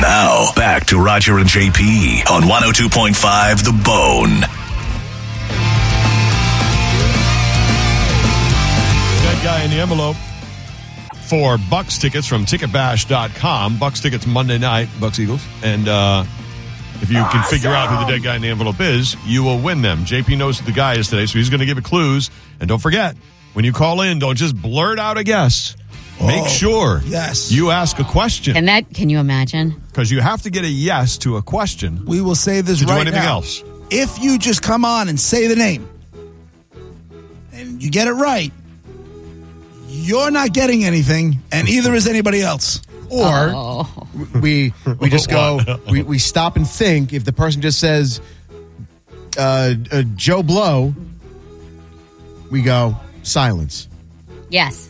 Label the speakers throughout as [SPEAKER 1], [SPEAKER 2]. [SPEAKER 1] Now, back to Roger and JP on 102.5 The Bone.
[SPEAKER 2] Dead guy in the envelope for Bucks tickets from TicketBash.com. Bucks tickets Monday night, Bucks Eagles. And uh, if you can figure out who the dead guy in the envelope is, you will win them. JP knows who the guy is today, so he's going to give it clues. And don't forget, when you call in, don't just blurt out a guess. Make
[SPEAKER 3] Oh,
[SPEAKER 2] sure
[SPEAKER 3] yes.
[SPEAKER 2] you ask a question
[SPEAKER 4] And that, can you imagine?
[SPEAKER 2] because you have to get a yes to a question.
[SPEAKER 3] We will say this
[SPEAKER 2] To do
[SPEAKER 3] right
[SPEAKER 2] anything
[SPEAKER 3] now.
[SPEAKER 2] else.
[SPEAKER 3] If you just come on and say the name and you get it right, you're not getting anything, and either is anybody else.
[SPEAKER 5] or we we just go we, we stop and think if the person just says uh, uh, joe blow we go silence
[SPEAKER 4] Yes.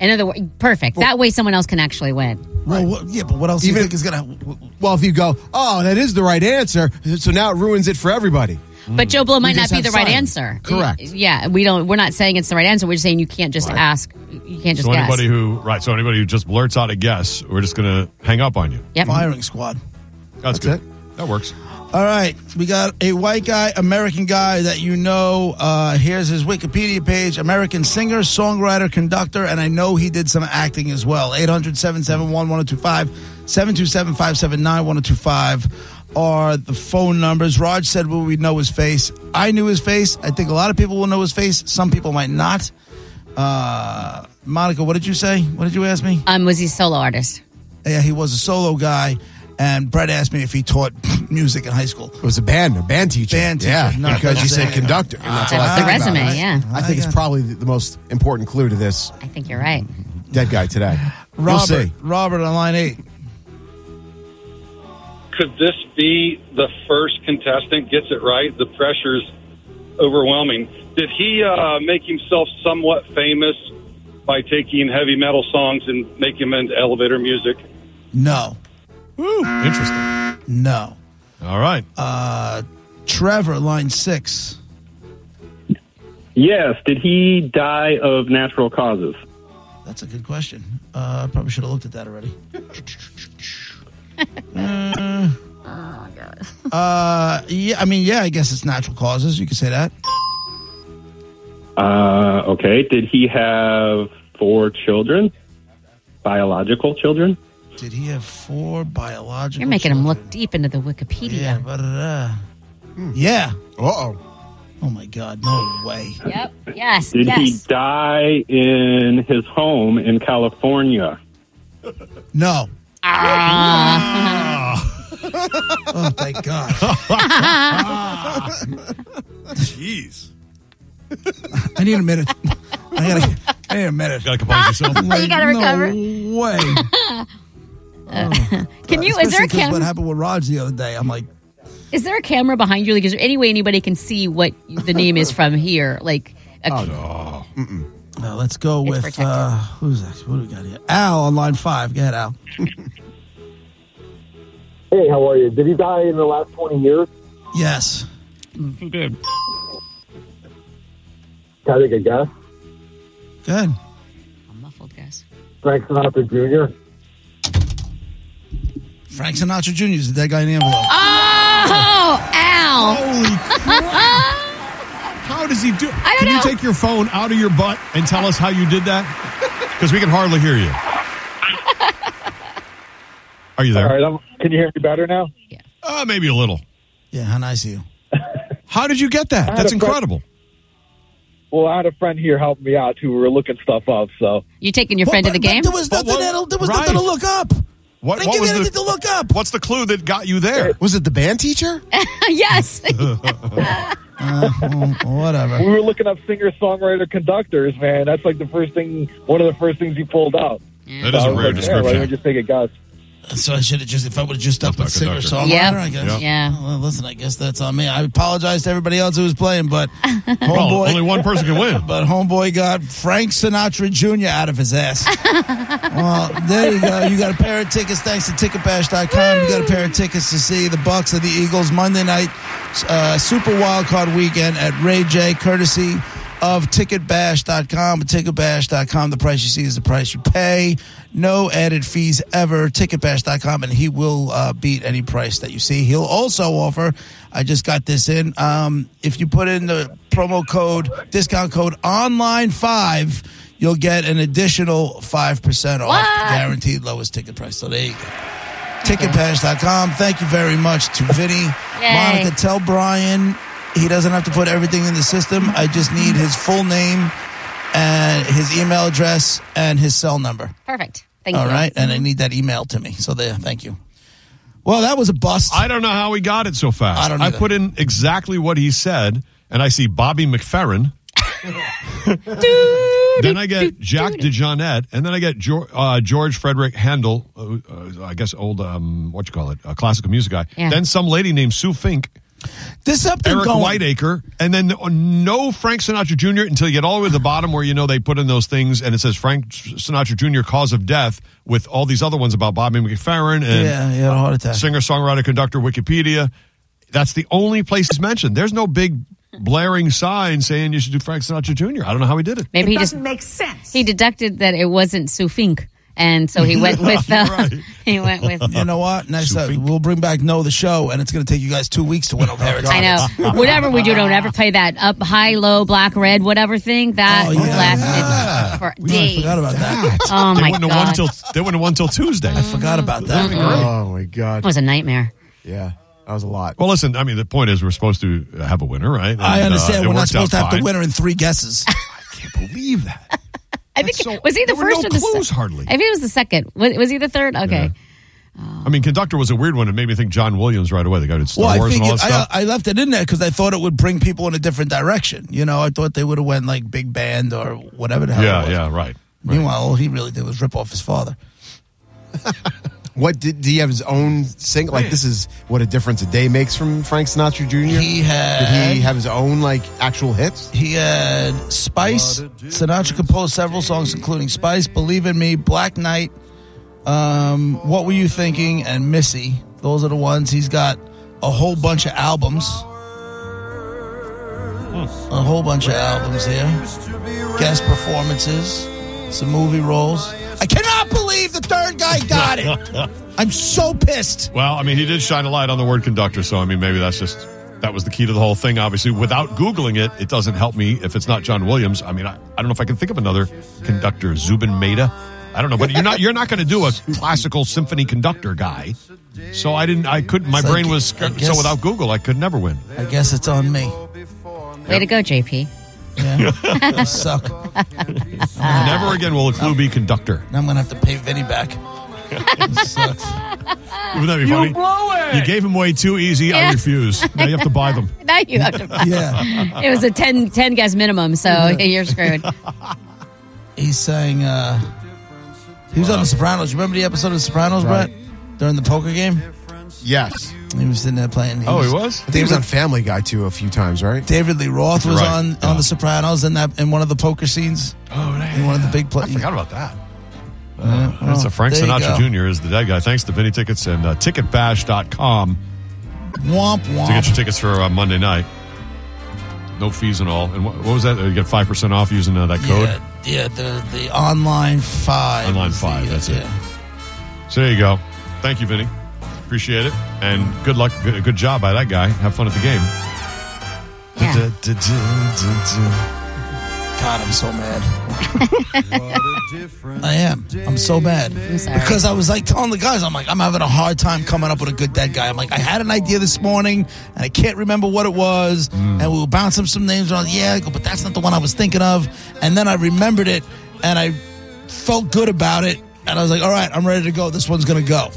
[SPEAKER 4] In other words, perfect. that way someone else can actually win.
[SPEAKER 3] Well, what, yeah, but what else do
[SPEAKER 5] Even-
[SPEAKER 3] you think is gonna?
[SPEAKER 5] well if you go oh that is the right answer so now it ruins it for everybody
[SPEAKER 4] But Joe Blow might not
[SPEAKER 5] just
[SPEAKER 4] be
[SPEAKER 5] have
[SPEAKER 4] the right
[SPEAKER 5] silence.
[SPEAKER 4] answer.
[SPEAKER 5] Correct.
[SPEAKER 4] Y- Yeah, we don't we're not saying it's the right answer. We're just saying you can't just ask you can't just
[SPEAKER 2] So
[SPEAKER 4] guess.
[SPEAKER 2] anybody who right, so anybody who just blurts out a guess, we're just going to hang up on you.
[SPEAKER 4] yep.
[SPEAKER 3] Firing squad.
[SPEAKER 2] That's,
[SPEAKER 5] That's
[SPEAKER 2] good. That works.
[SPEAKER 3] All right, we got a white guy, American guy that you know. Uh, here's his Wikipedia page American singer, songwriter, conductor, and I know he did some acting as well. 800 771 1025, 727 579 1025 are the phone numbers. Raj said, Will we know his face? I knew his face. I think a lot of people will know his face, some people might not. Uh, Monica, what did you say? What did you ask me?
[SPEAKER 4] Um was he a solo artist?
[SPEAKER 3] Yeah, he was a solo guy, and Brett asked me if he taught music in high school.
[SPEAKER 5] it was a band a band teacher
[SPEAKER 3] Band teacher,
[SPEAKER 5] yeah
[SPEAKER 3] not
[SPEAKER 5] because you
[SPEAKER 3] band
[SPEAKER 5] said
[SPEAKER 3] singer.
[SPEAKER 5] conductor and that's
[SPEAKER 3] Ah,
[SPEAKER 5] all I
[SPEAKER 4] That's the
[SPEAKER 5] think about
[SPEAKER 4] resume,
[SPEAKER 5] it.
[SPEAKER 4] yeah.
[SPEAKER 5] I think it's probably the the most important clue to this
[SPEAKER 4] I think you're right.
[SPEAKER 5] dead guy today we'll
[SPEAKER 3] Robert,
[SPEAKER 5] see
[SPEAKER 3] Robert on line eight.
[SPEAKER 6] could this be the first contestant gets it right? The pressure's overwhelming. Did he uh, make himself somewhat famous by taking heavy metal songs and making them into elevator music?
[SPEAKER 3] No,
[SPEAKER 2] Woo. Interesting.
[SPEAKER 3] no.
[SPEAKER 2] All right.
[SPEAKER 3] Trevor, line six.
[SPEAKER 7] Yes. Did he die of natural causes?
[SPEAKER 3] That's a good question. Uh, I probably should have looked at that already. Uh,
[SPEAKER 4] Oh,
[SPEAKER 3] uh, yeah, I mean, yeah, I guess it's natural causes. You could say that.
[SPEAKER 7] Uh, okay. Did he have four children? Biological children?
[SPEAKER 3] Did he have four biological?
[SPEAKER 4] You're making him
[SPEAKER 3] children?
[SPEAKER 4] look deep into the Wikipedia.
[SPEAKER 3] Yeah, but uh, yeah.
[SPEAKER 5] uh-oh
[SPEAKER 3] Oh my God, no way.
[SPEAKER 4] Yep. Yes.
[SPEAKER 7] Did
[SPEAKER 4] yes.
[SPEAKER 7] he die in his home in California?
[SPEAKER 3] No.
[SPEAKER 4] Ah.
[SPEAKER 3] Oh, thank God.
[SPEAKER 2] Jeez.
[SPEAKER 3] I need a minute. I gotta. I need a minute.
[SPEAKER 2] Got to compose yourself.
[SPEAKER 4] You gotta recover.
[SPEAKER 3] No way.
[SPEAKER 4] Can you is there a
[SPEAKER 3] Especially 'cause What
[SPEAKER 4] camera
[SPEAKER 3] happened with Raj the other day? I'm like,
[SPEAKER 4] is there a camera behind you? Like is there any way anybody can see what the name is from here? Like a,
[SPEAKER 3] uh, let's go
[SPEAKER 4] It's
[SPEAKER 3] with
[SPEAKER 4] protected.
[SPEAKER 3] uh, who's that? What do we got here? Al on line five. Go ahead, Al.
[SPEAKER 8] Hey, how are you? Did he die in the last 20 years?
[SPEAKER 3] Yes.
[SPEAKER 8] Can I take a guess?
[SPEAKER 3] Good.
[SPEAKER 4] a muffled guess.
[SPEAKER 8] Frank Sinatra Jr.
[SPEAKER 3] Frank Sinatra Jr. is the dead guy in the envelope.
[SPEAKER 4] Oh, ow.
[SPEAKER 2] Holy crap. How does he do?
[SPEAKER 4] don't
[SPEAKER 2] can you
[SPEAKER 4] know.
[SPEAKER 2] take your phone out of your butt and tell us how you did that? Because we can hardly hear you. Are you
[SPEAKER 8] All
[SPEAKER 2] there?
[SPEAKER 8] right, I'm, can you hear me better now?
[SPEAKER 2] Uh, maybe a little.
[SPEAKER 3] Yeah, how nice of you.
[SPEAKER 2] How did you get that?
[SPEAKER 8] had
[SPEAKER 2] That's
[SPEAKER 8] a friend-
[SPEAKER 2] incredible.
[SPEAKER 8] Well, I had a friend here helping me out too. We were looking stuff up, so
[SPEAKER 4] You taking your friend to
[SPEAKER 3] Well,
[SPEAKER 4] the
[SPEAKER 3] but- but
[SPEAKER 4] game?
[SPEAKER 3] There was
[SPEAKER 2] But
[SPEAKER 3] nothing,
[SPEAKER 2] what-
[SPEAKER 3] that'll- there was
[SPEAKER 2] right.
[SPEAKER 3] nothing to look up.
[SPEAKER 2] What,
[SPEAKER 3] Didn't
[SPEAKER 2] what
[SPEAKER 3] give me
[SPEAKER 2] was
[SPEAKER 3] anything to
[SPEAKER 2] the,
[SPEAKER 3] look up.
[SPEAKER 2] what's the clue that got you there?
[SPEAKER 5] was it the band teacher
[SPEAKER 4] yes.
[SPEAKER 3] Mm, Whatever.
[SPEAKER 8] we were looking up singer songwriter conductors. Man, that's like the first thing, one of the first things he pulled out.
[SPEAKER 2] That is
[SPEAKER 8] I
[SPEAKER 2] a
[SPEAKER 8] was
[SPEAKER 2] rare
[SPEAKER 8] like, "Yeah, why don't we
[SPEAKER 2] description.
[SPEAKER 8] just take a guess?
[SPEAKER 3] So I should have just, if I would have just stuck
[SPEAKER 2] Doctor,
[SPEAKER 3] with singer
[SPEAKER 2] doctor.
[SPEAKER 3] songwriter,
[SPEAKER 4] Yep.
[SPEAKER 3] I guess.
[SPEAKER 4] Yep. Yeah.
[SPEAKER 3] Well, listen, I guess that's on me. I apologize to everybody else who was playing, but
[SPEAKER 2] Well,
[SPEAKER 3] homeboy,
[SPEAKER 2] only one person can win.
[SPEAKER 3] But homeboy got Frank Sinatra Jr. out of his ass. well, there you go. You got a pair of tickets thanks to TicketBash.com. You got a pair of tickets to see the Bucks and the Eagles Monday night uh, Super Wild Card Weekend at Ray J, courtesy of ticketbash.com. Ticketbash.com, the price you see is the price you pay. No added fees ever. Ticketbash.com, and he will uh, beat any price that you see. He'll also offer, I just got this in, um, if you put in the promo code, discount code online5, you'll get an additional 5% off
[SPEAKER 4] What?
[SPEAKER 3] guaranteed lowest ticket price. So there you go. Ticketpass.com. Thank you very much to Vinny.
[SPEAKER 4] Yay.
[SPEAKER 3] Monica, tell Brian he doesn't have to put everything in the system. I just need his full name and his email address and his cell number.
[SPEAKER 4] Perfect. Thank
[SPEAKER 3] All
[SPEAKER 4] you.
[SPEAKER 3] right. And I need that email to me. So there, thank you. Well, that was a bust.
[SPEAKER 2] I don't know how he got it so fast.
[SPEAKER 3] I don't either.
[SPEAKER 2] put in exactly what he said, and I see Bobby McFerrin. then I get Jack DeJohnette, and then I get George, uh, George Frederick Handel, uh, uh, I guess old, um, what you call it, uh, classical music guy.
[SPEAKER 4] Yeah.
[SPEAKER 2] Then some lady named Sue Fink,
[SPEAKER 3] There's something
[SPEAKER 2] Eric
[SPEAKER 3] going.
[SPEAKER 2] Whiteacre, and then uh, no Frank Sinatra Jr. until you get all the way to the bottom where you know they put in those things, and it says Frank Sinatra Jr. cause of death with all these other ones about Bobby McFerrin and
[SPEAKER 3] Yeah, he had a heart attack.
[SPEAKER 2] singer songwriter conductor Wikipedia. That's the only place he's mentioned. There's no big blaring sign saying you should do Frank Sinatra Jr. I don't know how he did it.
[SPEAKER 4] Maybe he just
[SPEAKER 9] make sense.
[SPEAKER 4] he deducted that it wasn't Sue Fink, and so he went with uh,
[SPEAKER 2] right.
[SPEAKER 4] he went with.
[SPEAKER 3] You know what? Next time, we'll bring back Know the Show, and it's going to take you guys two weeks to win
[SPEAKER 2] Oh,
[SPEAKER 3] over Eric.
[SPEAKER 4] I know. Whatever we do, don't ever play that up, high, low, black, red, whatever thing. That
[SPEAKER 3] Oh, yeah.
[SPEAKER 4] lasted for
[SPEAKER 3] I
[SPEAKER 4] days.
[SPEAKER 3] forgot about that.
[SPEAKER 4] Oh
[SPEAKER 2] they
[SPEAKER 4] my
[SPEAKER 2] wouldn't have won
[SPEAKER 4] god,
[SPEAKER 2] till
[SPEAKER 4] Mm-hmm.
[SPEAKER 2] they wouldn't have won till Tuesday.
[SPEAKER 3] I forgot about that.
[SPEAKER 5] Oh my god.
[SPEAKER 4] that was a nightmare.
[SPEAKER 5] Yeah, that was a lot.
[SPEAKER 2] Well, listen. I mean, the point is we're supposed to have a winner, right? And,
[SPEAKER 3] I understand.
[SPEAKER 2] uh, it
[SPEAKER 3] We're not
[SPEAKER 2] worked
[SPEAKER 3] supposed to
[SPEAKER 2] out
[SPEAKER 3] have to
[SPEAKER 2] fine.
[SPEAKER 3] win her in three guesses.
[SPEAKER 2] I can't believe that.
[SPEAKER 4] I think
[SPEAKER 2] so-
[SPEAKER 4] was he the
[SPEAKER 2] there were
[SPEAKER 4] first
[SPEAKER 2] no
[SPEAKER 4] or the se-
[SPEAKER 2] clues, hardly.
[SPEAKER 4] I think it was the second. Was, was he the third? Okay.
[SPEAKER 2] I mean, conductor was a weird one. It made me think John Williams right away. The guy who did Star
[SPEAKER 3] Well, I
[SPEAKER 2] Wars and
[SPEAKER 3] think
[SPEAKER 2] all
[SPEAKER 3] it,
[SPEAKER 2] that stuff.
[SPEAKER 3] I, I left it in there because I thought it would bring people in a different direction. You know, I thought they would have went like big band or whatever the hell. it
[SPEAKER 2] yeah,
[SPEAKER 3] was.
[SPEAKER 2] yeah, right. right.
[SPEAKER 3] Meanwhile, all he really did was rip off his father.
[SPEAKER 5] What did, did he have his own single? Like this is what a difference a day makes from Frank Sinatra Jr.
[SPEAKER 3] He had-
[SPEAKER 5] Did he have his own like actual hits?
[SPEAKER 3] He had Spice. Sinatra composed several songs, including Spice, Believe in Me, Black Knight, um, What Were You Thinking, and Missy. Those are the ones. He's got a whole bunch of albums. A whole bunch of albums here. Guest performances, some movie roles. I cannot believe the third guy got it. I'm so pissed.
[SPEAKER 2] Well, I mean, he did shine a light on the word conductor, so I mean, maybe that's just that was the key to the whole thing. Obviously, without googling it, it doesn't help me if it's not John Williams. I mean, I, I don't know if I can think of another conductor, Zubin Mehta. I don't know, but you're not you're not going to do a classical symphony conductor guy. So I didn't. I couldn't. My
[SPEAKER 3] So I
[SPEAKER 2] brain
[SPEAKER 3] gu-
[SPEAKER 2] was
[SPEAKER 3] I
[SPEAKER 2] sc- so
[SPEAKER 3] guess-
[SPEAKER 2] without Google, I could never win.
[SPEAKER 3] I guess it's on me.
[SPEAKER 4] Way to go, JP.
[SPEAKER 3] Yeah. I suck.
[SPEAKER 2] never again will a clue be conductor.
[SPEAKER 3] Now I'm going to have to pay Vinny back. Sucks.
[SPEAKER 2] Wouldn't that be funny? You gave him way too easy. I
[SPEAKER 4] Yeah.
[SPEAKER 2] refuse. Now you have to buy them.
[SPEAKER 4] Now you have to.
[SPEAKER 3] Yeah.
[SPEAKER 4] It was a 10, 10 guess minimum, so you're screwed.
[SPEAKER 3] he sang uh he was on the sopranos you remember the episode of the sopranos
[SPEAKER 5] Right.
[SPEAKER 3] brett during the poker game
[SPEAKER 5] Yes.
[SPEAKER 3] he was sitting there playing
[SPEAKER 2] Oh, he was.
[SPEAKER 5] I think he was on Family Guy too a few times, right?
[SPEAKER 3] david lee roth was
[SPEAKER 2] Right.
[SPEAKER 3] on
[SPEAKER 2] Yeah.
[SPEAKER 3] on the sopranos in that in one of the poker scenes
[SPEAKER 2] Oh,
[SPEAKER 3] in one of the big
[SPEAKER 2] I
[SPEAKER 3] plays
[SPEAKER 2] forgot about that. Uh, That's a Frank Sinatra Jr. is the dead guy. Thanks to Vinny Tickets and uh, TicketBash.com
[SPEAKER 3] Womp
[SPEAKER 2] to get your
[SPEAKER 3] womp.
[SPEAKER 2] tickets for uh, Monday night. No fees and all. And what, what was that? You get 5% off using uh, that code.
[SPEAKER 3] Yeah, yeah, the the online five.
[SPEAKER 2] Online
[SPEAKER 3] is
[SPEAKER 2] five,
[SPEAKER 3] the,
[SPEAKER 2] that's it.
[SPEAKER 3] yeah.
[SPEAKER 2] So there you go. Thank you, Vinny. Appreciate it. And good luck. Good, good job by that guy. Have fun at the game.
[SPEAKER 4] Yeah.
[SPEAKER 3] God, I'm so mad. I am. I'm so mad.
[SPEAKER 4] I'm sorry.
[SPEAKER 3] Because I was like telling the guys, I'm like, I'm having a hard time coming up with a good dead guy. I'm like, I had an idea this morning and I can't remember what it was.
[SPEAKER 2] Mm.
[SPEAKER 3] And we were bouncing some names around. Yeah, I go, but that's not the one I was thinking of. And then I remembered it and I felt good about it. And I was like, all right, I'm ready to go. This one's going to go.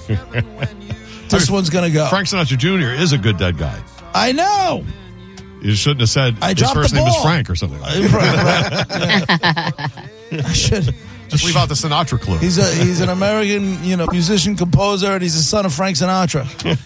[SPEAKER 3] this one's going to go.
[SPEAKER 2] Frank Sinatra Jr. is a good dead guy.
[SPEAKER 3] I know.
[SPEAKER 2] You shouldn't have said
[SPEAKER 3] I
[SPEAKER 2] his
[SPEAKER 3] dropped
[SPEAKER 2] first
[SPEAKER 3] the
[SPEAKER 2] name is
[SPEAKER 3] ball.
[SPEAKER 2] Frank or something like that.
[SPEAKER 3] Right, right. Yeah. I should.
[SPEAKER 2] Just leave out the Sinatra clue.
[SPEAKER 3] He's a he's an American, you know, musician, composer, and he's the son of Frank Sinatra.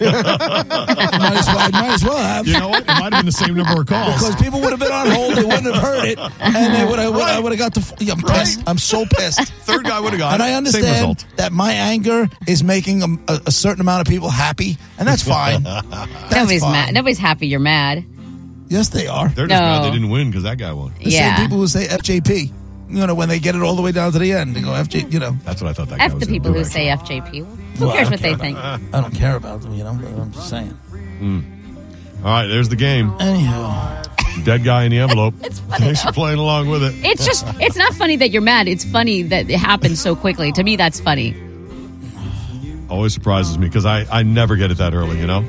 [SPEAKER 3] might, as well, might as well have.
[SPEAKER 2] you know what? It might have been the same number of calls.
[SPEAKER 3] Because people would have been on hold, they wouldn't have heard it, and they would have, I would have got the. Yeah, I'm pissed. I'm so pissed.
[SPEAKER 2] Third guy would have got
[SPEAKER 3] And
[SPEAKER 2] it.
[SPEAKER 3] I
[SPEAKER 2] Same
[SPEAKER 3] understand
[SPEAKER 2] result.
[SPEAKER 3] that my anger is making a, a, a certain amount of people happy, and that's fine. That's
[SPEAKER 4] Nobody's
[SPEAKER 3] fine.
[SPEAKER 4] mad. Nobody's happy. You're mad.
[SPEAKER 3] Yes, they are.
[SPEAKER 2] They're just mad
[SPEAKER 4] No.
[SPEAKER 2] they didn't win because that guy won.
[SPEAKER 3] The
[SPEAKER 4] yeah.
[SPEAKER 3] same people who say FJP. You know, when they get it all the way down to the end, they go FJ. You know,
[SPEAKER 2] That's what I thought that guy
[SPEAKER 4] F
[SPEAKER 2] was.
[SPEAKER 4] the
[SPEAKER 2] gonna
[SPEAKER 4] people
[SPEAKER 2] do,
[SPEAKER 4] who
[SPEAKER 2] actually.
[SPEAKER 4] say FJP. Who
[SPEAKER 3] Well,
[SPEAKER 4] cares
[SPEAKER 3] I
[SPEAKER 4] what they
[SPEAKER 3] don't
[SPEAKER 4] think?
[SPEAKER 3] I don't care about them. You know, but I'm just saying.
[SPEAKER 2] All right, there's the game.
[SPEAKER 3] Anyhow,
[SPEAKER 2] Dead guy in the envelope.
[SPEAKER 4] It's funny,
[SPEAKER 2] Thanks for playing along with it.
[SPEAKER 4] It's just, it's not funny that you're mad. It's funny that it happened so quickly. To me, that's funny.
[SPEAKER 2] Always surprises me because I, I never get it that early, you know?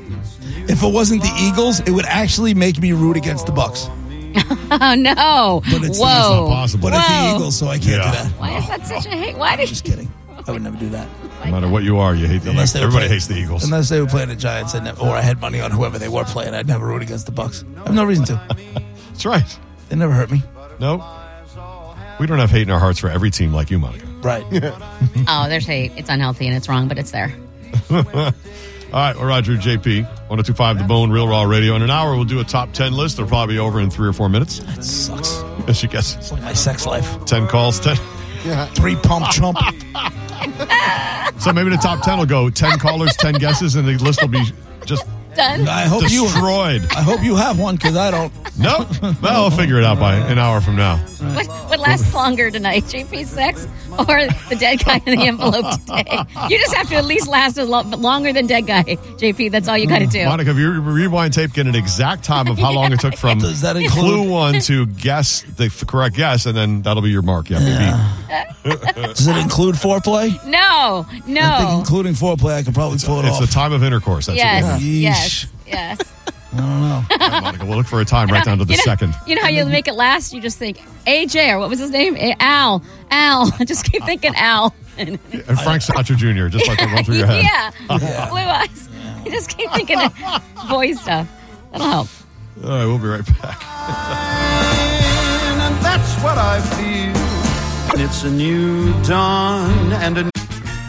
[SPEAKER 3] if it wasn't the Eagles, it would actually make me root against the Bucks.
[SPEAKER 4] Oh no!
[SPEAKER 3] But it's- it's
[SPEAKER 4] Whoa!
[SPEAKER 2] not possible.
[SPEAKER 3] But
[SPEAKER 4] Whoa.
[SPEAKER 3] it's the Eagles, so I can't
[SPEAKER 2] Yeah.
[SPEAKER 3] do that.
[SPEAKER 4] Why is that such a hate? Why did
[SPEAKER 3] Just kidding. I would never do that.
[SPEAKER 2] No matter what you are, you hate the
[SPEAKER 3] Unless
[SPEAKER 2] Eagles.
[SPEAKER 3] they were
[SPEAKER 2] Everybody
[SPEAKER 3] playing-
[SPEAKER 2] hates the Eagles.
[SPEAKER 3] Unless they were playing the Giants, and or I had money on whoever they were playing, I'd never root against the Bucks. I have no reason to.
[SPEAKER 2] That's right.
[SPEAKER 3] They never hurt me.
[SPEAKER 2] No. We don't have hate in our hearts for every team like you, Monica.
[SPEAKER 3] Right.
[SPEAKER 4] Oh, there's hate. It's unhealthy and it's wrong, but it's there.
[SPEAKER 2] All right, we're Roger and JP, 1025 The Bone, Real Raw Radio. In an hour, we'll do a top 10 list. They'll probably be over in three or four minutes.
[SPEAKER 3] That sucks.
[SPEAKER 2] As you guess,
[SPEAKER 3] It's like my sex life.
[SPEAKER 2] 10 calls, 10.
[SPEAKER 3] Three pump chump.
[SPEAKER 2] So maybe the top 10 will go 10 callers, 10 guesses, and the list will be just
[SPEAKER 4] Done.
[SPEAKER 3] I hope you.
[SPEAKER 2] destroyed.
[SPEAKER 3] I hope you have one because I don't.
[SPEAKER 2] Nope. Well, I'll figure it out by an hour from now.
[SPEAKER 4] What, what lasts longer tonight, JP sex or the dead guy in the envelope today? You just have to at least last a lo- longer than dead guy, JP. That's all you
[SPEAKER 3] Hmm.
[SPEAKER 4] got to do.
[SPEAKER 2] Monica, if your rewind tape get an exact time of how long it took from
[SPEAKER 3] Does that
[SPEAKER 2] clue
[SPEAKER 3] include?
[SPEAKER 2] one to guess the f- correct guess, and then that'll be your mark. Yeah, maybe.
[SPEAKER 3] Does it include foreplay?
[SPEAKER 4] No,
[SPEAKER 3] I think
[SPEAKER 4] no.
[SPEAKER 3] including foreplay, I could probably pull it
[SPEAKER 2] It's
[SPEAKER 3] off.
[SPEAKER 2] the time of intercourse. That's
[SPEAKER 4] Yes,
[SPEAKER 2] it.
[SPEAKER 3] Yeah.
[SPEAKER 4] yes,
[SPEAKER 3] Yeesh.
[SPEAKER 4] yes.
[SPEAKER 2] All right, Monica, we'll look for a time right down to the
[SPEAKER 4] you know,
[SPEAKER 2] second.
[SPEAKER 4] You know how you make it last? You just think AJ or what was his name? A- Al, Al. Just keep thinking Al.
[SPEAKER 2] And Frank Sinatra Jr., just like it went through your head.
[SPEAKER 4] yeah. Blue eyes. You just keep thinking of boy stuff. That'll help.
[SPEAKER 2] All right, we'll be right back.
[SPEAKER 9] And that's what I feel. It's a new dawn and a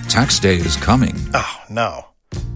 [SPEAKER 10] Tax day is coming,
[SPEAKER 9] Oh, no.